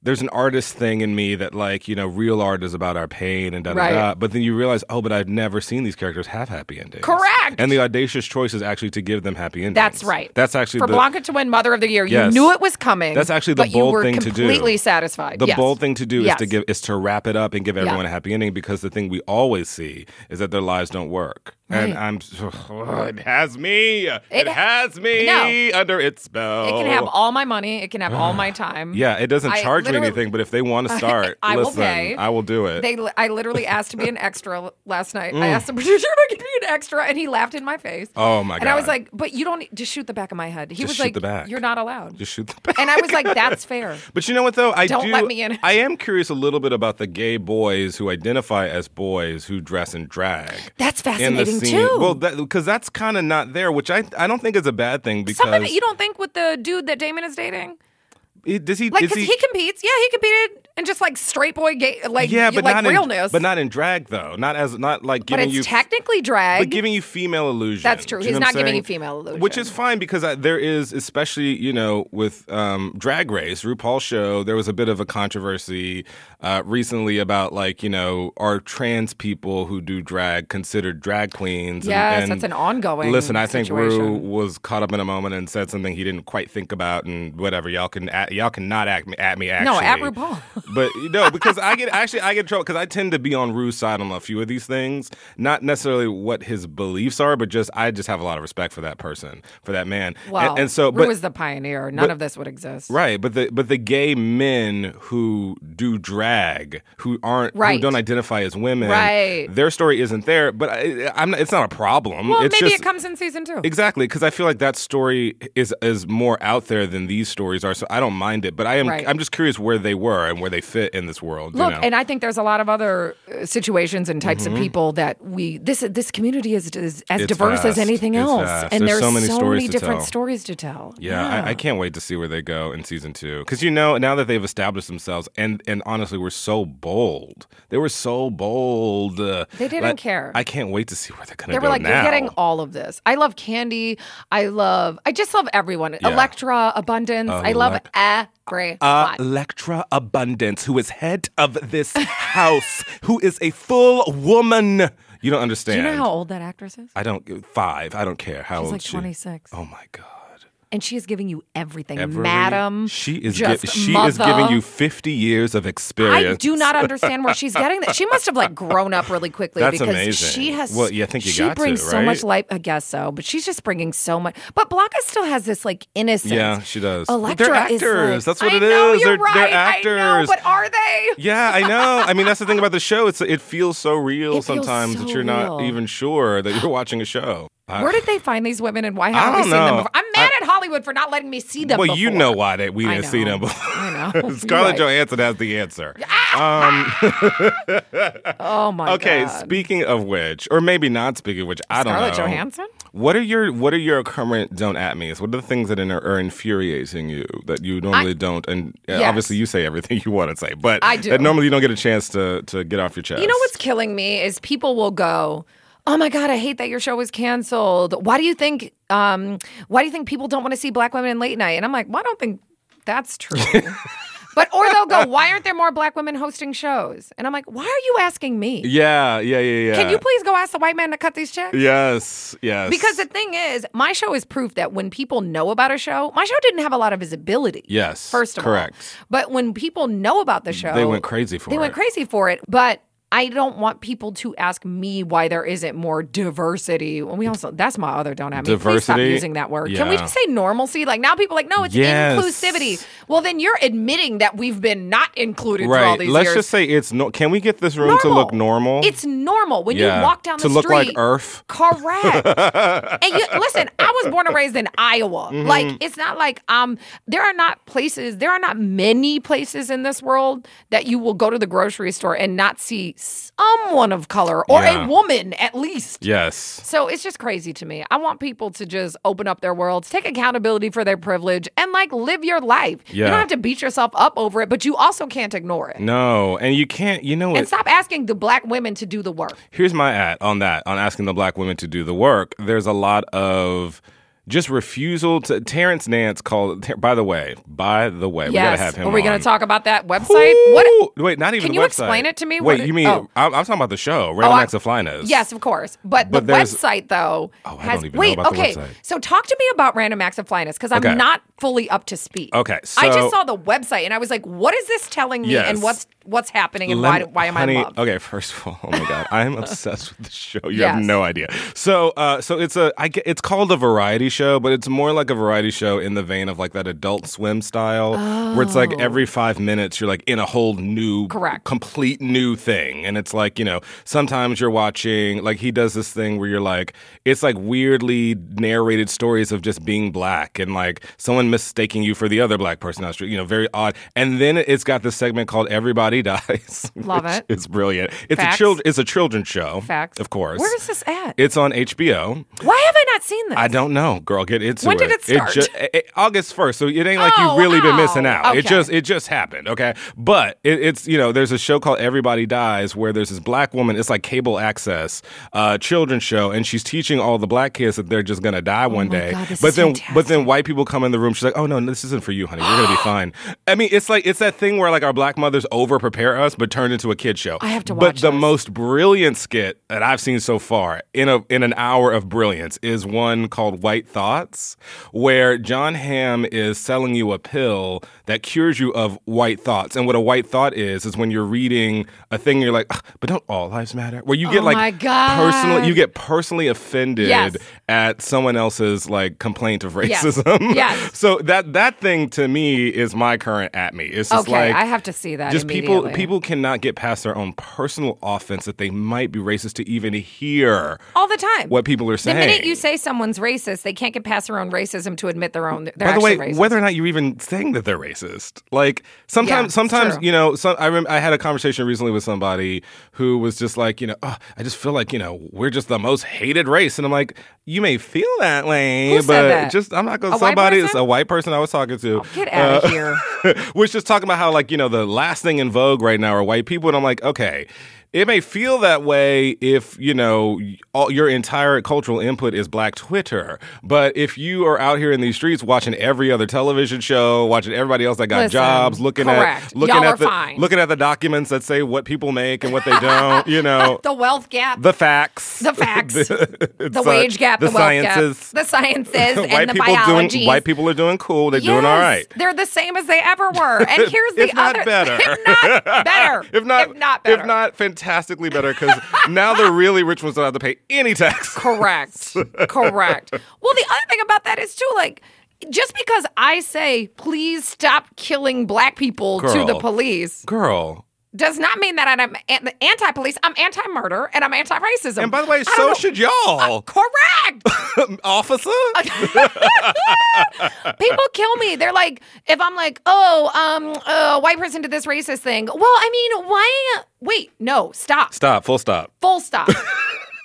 There's an artist thing in me that, like, you know, real art is about our pain and da da da.
Right.
But then you realize, oh, but I've never seen these characters have happy endings.
Correct.
And the audacious choice is actually to give them happy endings.
That's right.
That's actually
for
the,
Blanca to win Mother of the Year.
Yes.
You knew it was coming.
That's actually the
but you
bold
were
thing to do.
Completely satisfied.
The
Yes.
bold thing to do is
Yes.
to give is to wrap it up and give
Yeah.
everyone a happy ending because the thing we always see is that their lives don't work. And I'm it has me. It, has me
no.
under its spell.
It can have all my money. It can have all my time.
Oh. Yeah, it doesn't
I
charge me
literally-
anything, but if they want to start,
I will
listen,
pay.
I will do it. Mm.
They, I literally asked to be an extra last night. I asked the producer if I could be an extra, and he laughed in my face.
Oh, my
And I was
God.
like, "But you don't just shoot the back of my head." He
Just
was
shoot
like,
the back.
"You're not allowed."
Just shoot the
and I was like, "That's fair."
But you know what though? I
Don't
do
let me in.
I am curious a little bit about the gay boys who identify as boys who dress in drag.
That's
in the
fascinating
scene.
too.
Well, because that's kind of not there, which I I don't think is a bad thing because
Some of it you don't think with the dude that Damon is dating,
it- does he
like
is
'cause he, competes. Yeah, he competed and just like straight boy, gay, like
yeah,
you-
but
like
not
realness,
in, but not in drag though, not as not like
But
giving
it's
you
technically drag.
but giving you female illusion.
That's true.
Do you know
He's
what I'm
not giving
saying?
you female illusion.
which is fine because I, there is, especially you know, with um, Drag Race, RuPaul's show. There was a bit of a controversy uh, recently about like you know, are trans people who do drag considered drag queens?
Yes, that's an ongoing
Listen, I think Ru
situation.
was caught up in a moment and said something he didn't quite think about, and whatever. Y'all can at, y'all cannot act me, at me. Actually,
No, at RuPaul.
But you know, because I get actually I get in trouble because I tend to be on Rue's side on a few of these things. Not necessarily what his beliefs are, but just I just have a lot of respect for that person, for that man. And-
Well,
and, so,
Rue
but
is the pioneer. None of this would exist.
Right, but the but the gay men who do drag, who aren't who
Right.
don't identify as women,
Right.
Their story isn't there, but I, I'm not, it's not a problem.
Well,
it's
maybe
just,
it comes in season two.
Exactly, because I feel like that story is is more out there than these stories are. So I don't mind it, but I am
Right.
I'm just curious where they were and where they fit in this world.
Look,
you know? Mm-hmm.
and I think there's a lot of other uh, situations and types of people that we this this community is, is as
It's
diverse as
vast.
anything
It's
else,
vast.
and
There's so many stories to
different
tell.
stories to tell.
yeah, I, I can't wait to see where they go in season two. Because you know, now that they've established themselves, and and honestly, were so bold. They were so bold. They
didn't care.
I can't wait to see where they're gonna
They
go
were like,
now.
you're getting all of this. I love Candy. I love. I just love everyone.
Yeah. Oh,
Electra, Abundance. I love everyone.
uh, Electra Abundance, who is head of this house, who is a full woman. You don't
Do
understand.
you know how old that actress is?
I don't five. I don't care how
She's
old
like
she.
26,
Oh my god.
and she is giving you everything,
Everly,
Madam.
she is gi-
just
she is
mother.
giving you 50 years of experience.
I do not understand where she's getting that. She must have like grown up really quickly
That's
because
amazing.
she has.
Well, yeah, I think you
she
got to,
brings so much
right?
life. I guess so, but she's just bringing so much. But Blanca still has this like innocence.
Yeah, she does. But
Electra
they're
is like-
actors. That's what
I
it
know,
is.
You're
They're- they're
right. I know,
actors.
but are they?
Yeah, I know. I mean, that's the thing about the show. It's it feels so real
It feels
sometimes that
so
you're not
real.
even sure that you're watching a show. I-
Where did they find these women, and why haven't
don't
we seen them
know.
before? I'm mad
I-
at Hollywood for not letting me see them.
well, you
before.
know why that we
I
didn't see
know.
them. before.
I know. You're
Scarlett
right.
Johansson has the answer.
Oh my
okay,
god.
speaking of which, or maybe not speaking of which, I don't
Scarlett
know.
Johansson?
What are your What are your current don't at me's? What are the things that are, are infuriating you that you normally don't? And uh,
Yes.
obviously, you say everything you want to say, but
I do.
That normally, you don't get a chance to to get off your chest.
You know what's killing me is people will go, "Oh my god, I hate that your show was canceled. Why do you think? Um, why do you think people don't want to see black women in late night?" And I'm like, "Well, I don't think that's true." but or they'll go, "Why aren't there more black women hosting shows?" And I'm like, "Why are you asking me?
Yeah, yeah, yeah, yeah.
Can you please go ask the white man to cut these checks?"
Yes, yes.
Because the thing is, my show is proof that when people know about a show, my show didn't have a lot of visibility.
Yes,
First of
correct.
all. But when people know about the show,
They went crazy for
They went
it.
crazy for it. But I don't want people to ask me why there isn't more diversity. Well, we also that's my other don't have me. Please stop
Diversity?
using that word. Can we
Yeah.
just say normalcy? Like now people are like, no, it's
Yes.
inclusivity. Well, then you're admitting that we've been not included for all
right.
these
Let's
years.
just say it's no. Can we get this room to look normal?
It's normal when
Yeah.
you walk down
To
the
look
street
like Earth.
Correct. and you, listen, I was born and raised in Iowa.
Mm-hmm.
Like it's not like um there are not places, there are not many places in this world that you will go to the grocery store and not see someone of color or
Yeah.
a woman at least.
yes.
So it's just crazy to me. I want people to just open up their worlds, take accountability for their privilege, and like live your life. You
Yeah.
don't have to beat yourself up over it, but you also can't ignore it.
No, and you can't. You know
And
what?
stop asking the black women to do the work.
Here's my at on that on asking the black women to do the work. There's a lot of just refusal to Terrence Nance called. Ter- by the way, by the way, we gotta have him.
Are we
on.
to talk about that website? What?
Ooh, Wait, not even.
Can
the
you
website.
explain it to me?
Wait,
What-
you mean
oh.
I'm, I'm talking about the show, Random
I-
Acts of Flyness.
Yes, of course. But,
But
the
there's-
website, though,
Oh, I
has.
don't even know
wait,
about the
okay.
website.
So talk to me about Random Acts of Flyness because I'm
Okay.
not fully up to speed.
Okay,
I
so-
just saw the website and I was like, what is this telling me
Yes.
and what's what's happening and
Lem-
why, why am
honey,
I in love?
Okay, first of all, oh my god, I am obsessed with the show. You have
Yes.
no idea. So, uh, so it's a, I get, it's called a variety show, but it's more like a variety show in the vein of like that Adult Swim style, where it's like every five minutes you're like in a whole new,
Oh. Correct.
complete new thing, and it's like you know sometimes you're watching like he does this thing where you're like it's like weirdly narrated stories of just being black and like someone mistaking you for the other black person on the street, you know, very odd. And then it's got this segment called Everybody Dies.
Love
which
it.
It's brilliant. It's
Facts.
a child. It's a children's show.
Facts.
Of course.
Where is this at?
It's on HBO.
why have I not seen this?
I don't know, girl. Get into
When
it.
did it start?
ju- it- August first. So it ain't like
Oh,
you've really been
wow.
missing out. It
Okay.
just it just happened. Okay, but it, it's you know there's a show called Everybody Dies where there's this black woman. It's like cable access, uh, children's show, and she's teaching all the black kids that they're just gonna die one day.
Oh God, this
but
is
then but
fantastic.
then white people come in the room. She's like, oh no, this isn't for you, honey. You're gonna be fine. I mean, it's like it's that thing where like our black mothers over prepare us, but turn into a kid show.
I have to
But
watch
the
this.
most brilliant skit that I've seen so far in a in an hour of brilliance is one called White Thoughts, where John Hamm is selling you a pill that cures you of white thoughts. And what a white thought is, is when you're reading a thing, you're like, "Ugh, but don't all lives matter? Where you get
Oh
like
my God.
personally, you get personally offended
Yes.
at someone else's like complaint of
Yes.
racism.
Yes.
so that that thing to me is my current at me. It's just
Okay,
like
I have to see that.
just people
immediately.
people cannot get past their own personal offense that they might be racist to even hear
all the time.
what people are saying.
The minute you say someone's racist, they can't get past their own racism to admit their own. They're
By the way,
actually racist.
whether or not you're even saying that they're racist, like sometimes,
it's
sometimes
true.
you know, some, I rem- I had a conversation recently with somebody who was just like, you know, "Ugh, I just feel like you know we're just the most hated race, and I'm like, you may feel that way,
Who
but
said that?
just I'm not gonna
A white
somebody. It's
person? Oh,
a white person I was talking to. Uh,
get out of here.
was just talking about how like you know the last thing in vogue right now are white people and i'm like okay it may feel that way if you know all, your entire cultural input is black twitter but if you are out here in these streets watching every other television show watching everybody else that got
Listen,
jobs looking
correct.
at looking
Y'all
at
are
the
fine.
looking at the documents that say what people make and what they don't you know
the wealth gap,
the facts
The facts.
the,
the wage gap, the, wealth
sciences
gap, the sciences,
white
and the
people
biologies.
doing white people are doing cool they're doing all
Yes,
right
They're the same as they ever were. And here's the
if not
other.
better.
if not better.
if not,
If not better.
if not fantastically better, because now the really rich ones don't have to pay any tax.
Correct. Correct. Well, the other thing about that is too, like, just because I say please stop killing black people
Girl.
to the police
Girl.
does not mean that I'm an- anti-police. I'm anti-murder and I'm anti-racism.
And by the way,
I don't
so
know-
should y'all,
correct.
officer.
people kill me. They're like, if I'm like, oh, um, uh, white person did this racist thing. Well, I mean, why? Wait, no, stop.
Stop. Full stop.
Full stop.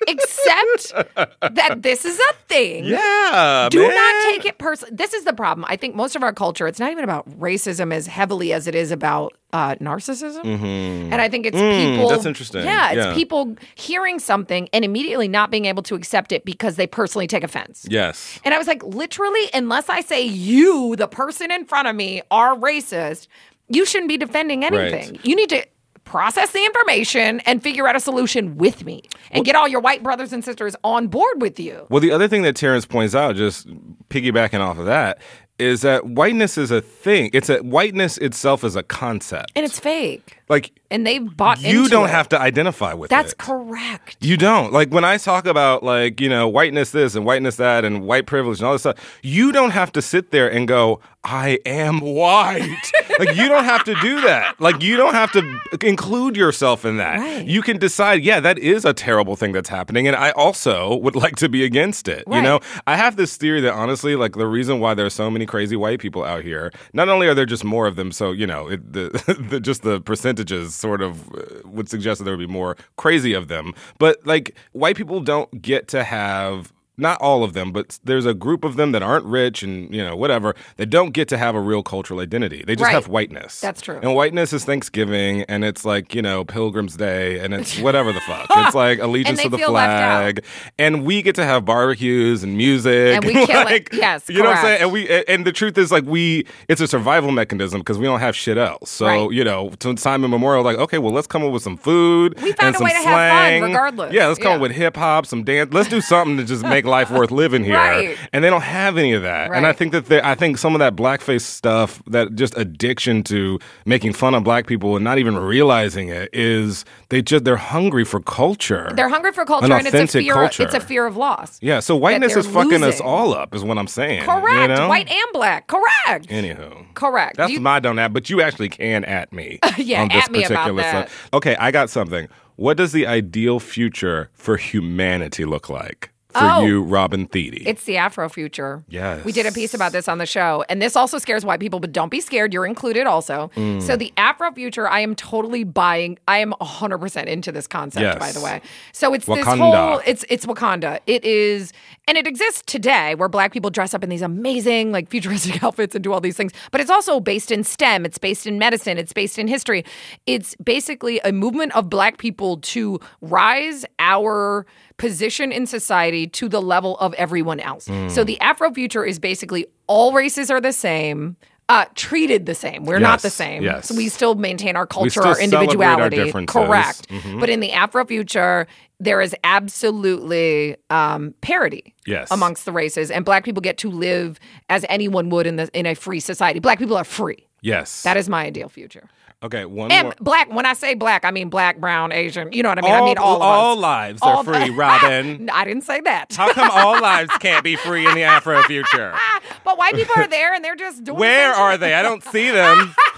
Except that this is a thing.
Yeah.
Do
man.
not take it personally. This is the problem. I think most of our culture, it's not even about racism as heavily as it is about uh, narcissism. And I think it's people.
Mm-hmm. Mm, that's interesting.
Yeah, it's
Yeah.
people hearing something and immediately not being able to accept it because they personally take offense.
Yes.
And I was like, literally, unless I say you, the person in front of me, are racist, you shouldn't be defending anything. You need to process the information and figure out a solution with me and get all your white brothers and sisters on board with you.
Well, the other thing that Terrence points out, just piggybacking off of that, is that whiteness is a thing. It's a whiteness itself is a concept.
And it's fake.
like
And they've bought
you
into
don't
it.
have to identify with
That's
it.
correct.
You don't. Like when I talk about like, you know, whiteness this and whiteness that and white privilege and all this stuff, you don't have to sit there and go, I am white. like you don't have to do that. Like you don't have to include yourself in that.
Right.
You can decide, yeah, that is a terrible thing that's happening and I also would like to be against it. You
Right.
know, I have this theory that honestly, like the reason why there's so many crazy white people out here, not only are there just more of them, so you know, it, the, the just the percentages sort of uh, would suggest that there would be more crazy of them, but like white people don't get to have. Not all of them, but there's a group of them that aren't rich and you know whatever that don't get to have a real cultural identity. They just
Right.
have whiteness.
That's true.
And whiteness is Thanksgiving, and it's like you know Pilgrim's Day, and it's whatever the fuck. It's like allegiance
they
to the
feel left out.
flag, and we get to have barbecues and music,
And we kill it. Yes,
you know what I'm
correct.
saying. And we, and the truth is, like, we, it's a survival mechanism because we don't have shit else. So
Right.
you know, to time immemorial, like, okay, well, let's come up with some food.
We
and
found a
some
way to have fun
slang.
regardless.
Yeah, let's come
Yeah.
up with hip hop, some dance. Let's do something to just make life worth living here.
Right.
And they don't have any of that. And I
Right.
think that they, I think some of that blackface stuff, that just addiction to making fun of black people and not even realizing it, is they just they're hungry for culture.
They're hungry for culture,
An
and it's a
authentic
fear.
culture.
It's a fear of loss.
Yeah, so whiteness
they're
is fucking us
losing.
all up, is what I'm saying.
Correct.
You know?
White and black. Correct.
Anywho.
Correct.
That's
Do you-
my don't at, but you actually can at me.
Yeah,
on this
at me about
particular
that.
stuff. Okay, I got something. What does the ideal future for humanity look like for
Oh.
you, Robin Thede?
It's the Afro future.
Yes.
We did a piece about this on the show. And this also scares white people, but don't be scared. You're included also.
Mm.
So, the Afro future, I am totally buying. I am 100% into this concept,
Yes.
by the way. So, it's this
Wakanda.
whole, it's, it's Wakanda. It is, and it exists today where black people dress up in these amazing, like futuristic outfits and do all these things. But it's also based in STEM, it's based in medicine, it's based in history. It's basically a movement of black people to rise our position in society to
Hmm.
the level of everyone else. So the Afrofuture is basically all races are the same. uh, treated the same. We're
Yes,
not the same.
yes.
So we still maintain our culture,
still
our
celebrate our
individuality.
differences.
Correct.
Mm-hmm.
But in the Afro future, there is absolutely um, parity
Yes.
amongst the races, and black people get to live as anyone would in the in a free society. Black people are free.
Yes.
That is my ideal future.
okay. One
And
more.
black, when I say black, I mean black, brown, Asian. You know what I mean? I mean all of
all
us.
lives
All
are free,
the-
Robin.
I didn't say that.
How come all lives can't be free in the Afro future?
But white people are there and they're just doing the
Where
same
are
shit.
they? I don't see them.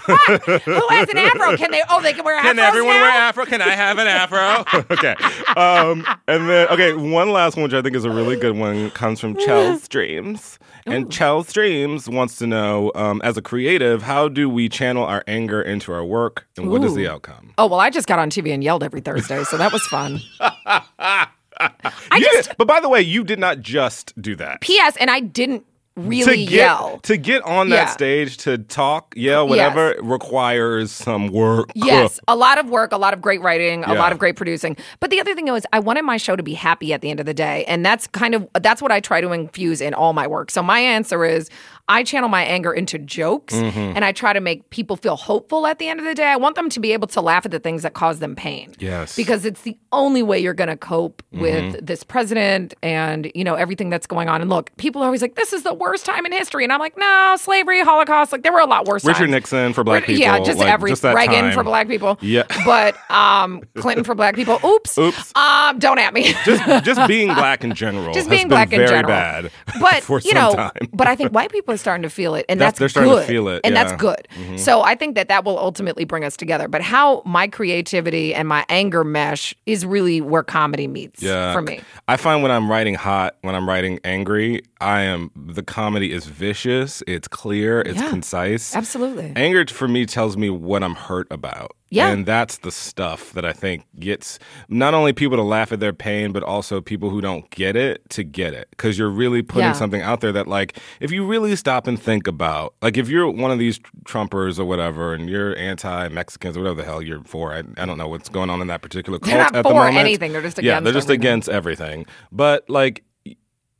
Who has an afro? Can they? Oh, they can wear afros
Can everyone
now?
wear afro? Can I have an afro? okay. Um, and then, okay, one last one, which I think is a really good one, comes from Chell's Dreams. And Chell's Dreams wants to know, um, as a creative, how do we channel our anger into our work, and what is the
Ooh.
outcome?
Oh well, I just got on TV and yelled every Thursday, so that was fun. I
You
just
did- but by the way, you did not just do that.
P.S. and I didn't really
to get,
yell.
To get on that
Yeah.
stage to talk, yell, whatever, requires some work.
Yes, a lot of work, a lot of great writing, a
Yeah.
lot of great producing. But the other thing was, I wanted my show to be happy at the end of the day, and that's kind of that's what I try to infuse in all my work. So my answer is, I channel my anger into jokes,
Mm-hmm.
and I try to make people feel hopeful at the end of the day. I want them to be able to laugh at the things that cause them pain.
Yes. Mm-hmm.
because it's the only way you're going to cope with this president and you know everything that's going on. And look, people are always like, "This is the worst time in history," and I'm like, "No, slavery, Holocaust, like there were a lot worse."
Richard
times."
Nixon for black
Ri-
people.
Yeah, just
like,
every
just that
Reagan
time.
for black people.
Yeah.
but um, Clinton for black people. Oops.
Oops.
Um, don't at me.
just just being black in general. has
Just being
been
black in
very
general.
bad.
But
for
you
some
know,
time.
but I think white people are starting to feel it, and
That's-
that's,
they're starting to
good,
feel it,
and
yeah. Mm-hmm.
that's good. So I think that that will ultimately bring us together. But how my creativity and my anger mesh is really where comedy meets
Yeah.
for me.
I find when I'm writing hot, when I'm writing angry, I am the comedy is vicious, it's clear, it's
Yeah.
concise.
Absolutely.
Anger for me tells me what I'm hurt about.
Yeah.
And that's the stuff that I think gets not only people to laugh at their pain, but also people who don't get it to get it. Because you're really putting
Yeah.
something out there that, like, if you really stop and think about, like, if you're one of these Trumpers or whatever, and you're anti Mexicans or whatever the hell you're for, I, I don't know what's going on in that particular cult
They're not
at the
for
moment.
anything, they're just
Yeah,
against
they're just
everything.
against everything. But, like,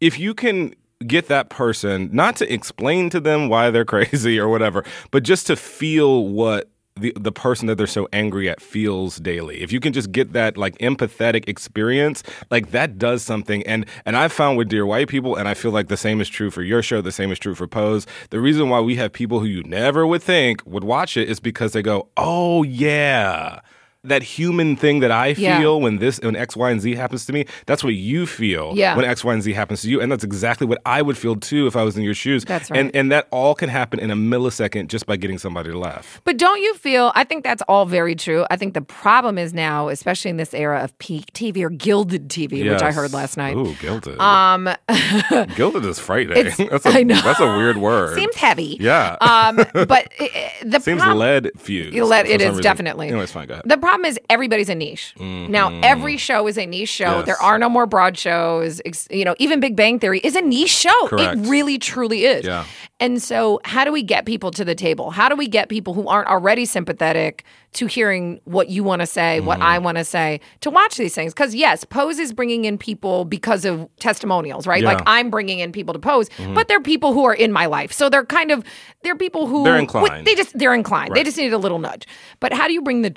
if you can get that person not to explain to them why they're crazy or whatever, but just to feel what the the person that they're so angry at feels daily. If you can just get that like empathetic experience, like that does something. And and I've found with dear white people, and I feel like the same is true for your show, the same is true for Pose. The reason why we have people who you never would think would watch it is because they go, Oh yeah. That human thing that I feel
Yeah.
when this when X, Y, and Z happens to me, that's what you feel
Yeah.
when X, Y, and Z happens to you. And that's exactly what I would feel too if I was in your shoes.
That's
And
right.
and that all can happen in a millisecond just by getting somebody to laugh.
But don't you feel? I think that's all very true. I think the problem is now, especially in this era of peak TV or gilded TV, which I
Yes.
heard last night.
Ooh, gilded.
Um,
gilded is frightening. That's a,
I know.
That's a weird word.
seems heavy.
yeah.
Um, but i- i- the
seems
prob-
lead fused.
You let-
for
it
some
is
reason.
definitely.
Anyway, it's fine. Go ahead. Mm-hmm.
The problem is everybody's a niche. Now every show is a niche show.
Yes.
There are no more broad shows. Ex- You know, even Big Bang Theory is a niche show.
Correct.
It really truly is.
Yeah.
And so how do we get people to the table? How do we get people who aren't already sympathetic to hearing what you want to say, what
Mm-hmm.
I want to say, to watch these things? Cuz yes, Pose is bringing in people because of testimonials, right?
Yeah. Mm-hmm.
Like I'm bringing in people to Pose, but they're people who are in my life. So they're kind of they're people who
They're
wait,
inclined.
They just they're inclined. They just need a little nudge. But how do you bring the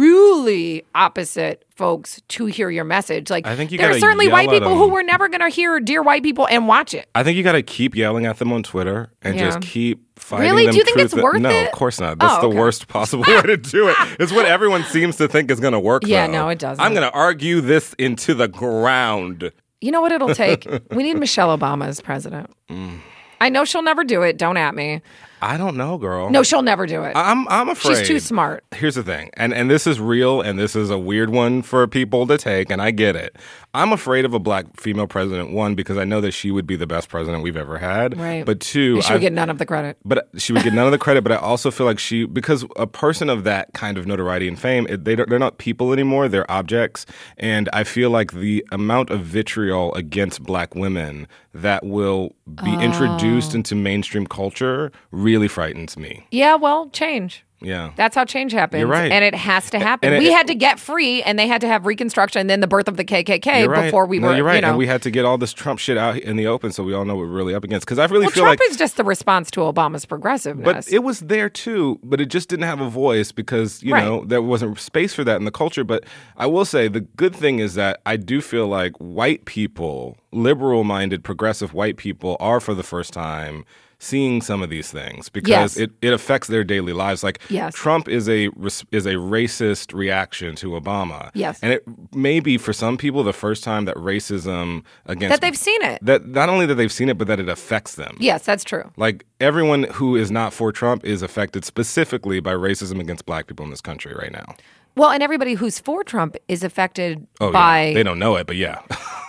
truly opposite folks to hear your message? Like
I think you
there are
gotta
certainly
yell
white
at
people who
them.
were never going to hear dear white people and watch it.
I think you got to keep yelling at them on Twitter and just
Yeah.
keep fighting
Really?
them.
Do you think
truth
it's worth
No,
it?
of course not. That's
Oh,
the
okay.
worst possible way to do it. It's what everyone seems to think is going to work.
Yeah,
though.
no, it doesn't.
I'm going to argue this into the ground.
You know what it'll take? we need Michelle Obama as president.
Mm.
I know she'll never do it. Don't at me.
I don't know, girl.
No, she'll never do it.
I'm I'm afraid
She's too smart.
Here's the thing, and and this is real, and this is a weird one for people to take, and I get it. I'm afraid of a black female president. One, because I know that she would be the best president we've ever had.
Right.
But two,
And she'll
I've-
get none of the credit.
but she would get none of the credit. But I also feel like she, because a person of that kind of notoriety and fame, it, they don't, they're not people anymore; they're objects. And I feel like the amount of vitriol against Black women that will
Ah.
be introduced into mainstream culture really frightens me.
Yeah, well, change.
Yeah.
That's how change happens.
You're right.
And it has to happen.
and it-
we had to get free and they had to have Reconstruction and then the birth of the KKK
You're right.
before we
No,
were,
you're right,
you know.
and we had to get all this Trump shit out in the open, so we all know what we're really up against. Because I really
well,
feel
Trump
like
is just the response to Obama's
But
progressiveness.
it was there too, but it just didn't have a voice because, you
Right.
know, there wasn't space for that in the culture. But I will say the good thing is that I do feel like white people, liberal minded, progressive white people, are for the first time seeing some of these things because
Yes.
it, it affects their daily lives like
Yes.
Trump is a res- is a racist reaction to Obama
Yes.
and it may be for some people the first time that racism against
that they've seen it.
that not only that they've seen it but that it affects them
yes, that's true.
like everyone who is not for Trump is affected specifically by racism against black people in this country right now.
Well, and everybody who's for Trump is affected
Oh,
by
yeah. they don't know it, but yeah.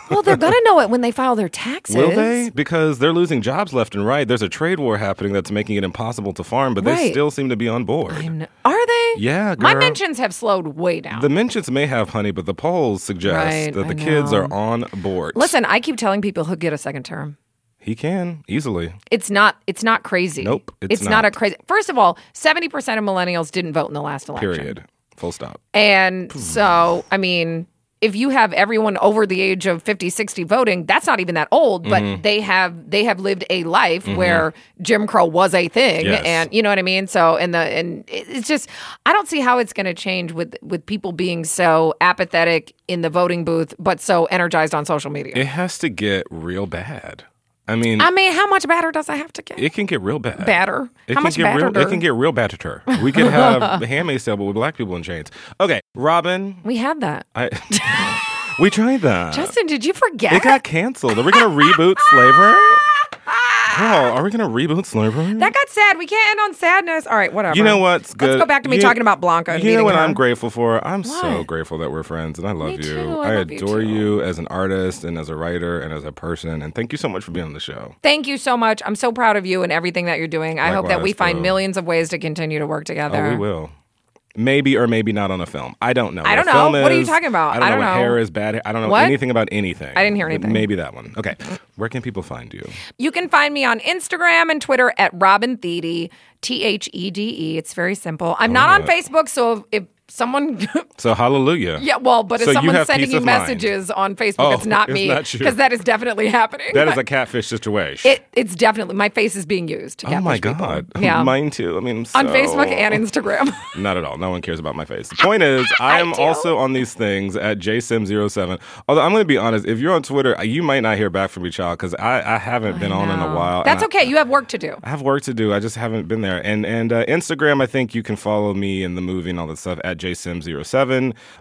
Well, they're going to know it when they file their taxes.
Will they? Because they're losing jobs left and right. There's a trade war happening that's making it impossible to farm, but they
Right.
still seem to be on board.
N- Are they?
Yeah,
My
girl.
mentions have slowed way down.
The mentions may have honey, but the polls suggest
Right,
that
I
the kids
know.
are on board.
Listen, I keep telling people he'll get a second term.
he can easily.
It's not. It's not crazy.
Nope, it's
It's, not.
not.
a crazy. First of all, seventy percent of millennials didn't vote in the last election.
Period. Full stop.
And so, I mean, if you have everyone over the age of 50, 60 voting, that's not even that old, but
Mm-hmm.
they have they have lived a life where Jim Crow was a thing
Yes.
and you know what I mean? So, and the and it- it's just I don't see how it's going to change with with people being so apathetic in the voting booth but so energized on social media.
It has to get real bad. I mean,
I mean, how much badder does I have to get?
it can get real bad.
badder.
It
how
can
much
get
badder?
real. It can get real battered. We could have handmaid's tale, but with black people in chains. Okay, Robin,
We had that.
I we tried that.
Justin, did you forget?
Uh, it got canceled. Are we gonna reboot Slaver? Girl, are we gonna reboot Slaver?
That got sad. We can't end on sadness. All right, whatever.
you know what's good?
Let's go back to me
you-
talking about Blanca. and
You know
meeting
what
her.
I'm grateful for? I'm so
What?
grateful that we're friends, and I love
Me
you.
too. I love you
adore
too.
you as an artist and as a writer and as a person. And thank you so much for being on the show.
Thank you so much. I'm so proud of you and everything that you're doing. I hope that
Likewise,
we find
boo.
millions of ways to continue to work together.
Oh, we will. Maybe or maybe not on a film. I don't know. What
I
a
don't know.
film
What are you
is.
talking
I
about?
don't,
I
know
don't
what
know.
hair is bad. hair. I don't know
What?
anything about anything.
I didn't hear anything.
Maybe that one. Okay. Where can people find you?
You can find me on Instagram and Twitter at Robin Thede, T H E D E. It's very simple. I'm not
Oh.
on Facebook, so if, if someone,
So hallelujah.
yeah, well, but if
So you
someone's
have
sending
peace
you
of mind.
messages on Facebook,
Oh,
it's not
it's
me
not you.
because that is definitely happening.
That is a catfish situation.
it, it's definitely my face is being used. To
oh my
catfish people.
god.
Yeah.
Mine too. I mean, I'm so...
on Facebook and Instagram.
Not at all. No one cares about my face. The point is, I
I
am
do.
also on these things at jsim07. Although I'm going to be honest, if you're on Twitter, you might not hear back from me, child, because I, I haven't been on in a while. and
That's
I-
okay. You have work to do.
I have work to do. I just haven't been there. And and uh, Instagram, I think you can follow me and the movie and all that stuff at jsim07.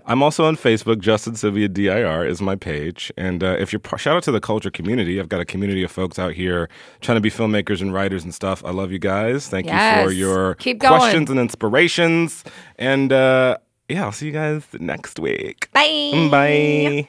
I'm also on Facebook. Justin Sylvia dir is my page. And uh, if you're par- shout out to the culture community, I've got a community of folks out here trying to be filmmakers and writers and stuff. I love you guys. Thank you for
Yes.
your
Keep going.
questions and inspirations. And uh, yeah, I'll see you guys next week.
Mm,
Bye.
Bye.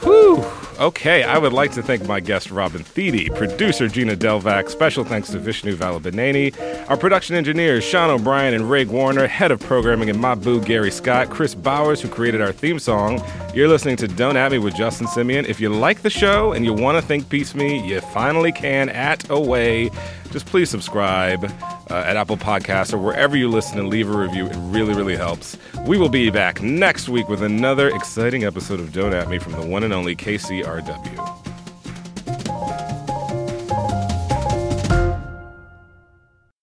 Whew. Okay, I would like to thank my guest Robin Thede, producer Gina Delvac. Special thanks to Vishnu Valabhaneni, our production engineers Sean O'Brien and Rig Warner, head of programming and my boo Gary Scott, Chris Bowers who created our theme song. You're listening to Don't At Me with Justin Simeon. If you like the show and you want to think Peace Me, you finally can at away. Just please subscribe uh, at Apple Podcasts or wherever you listen and leave a review. It really, really helps. We will be back next week with another exciting episode of Don't At Me from the one and only KCRW.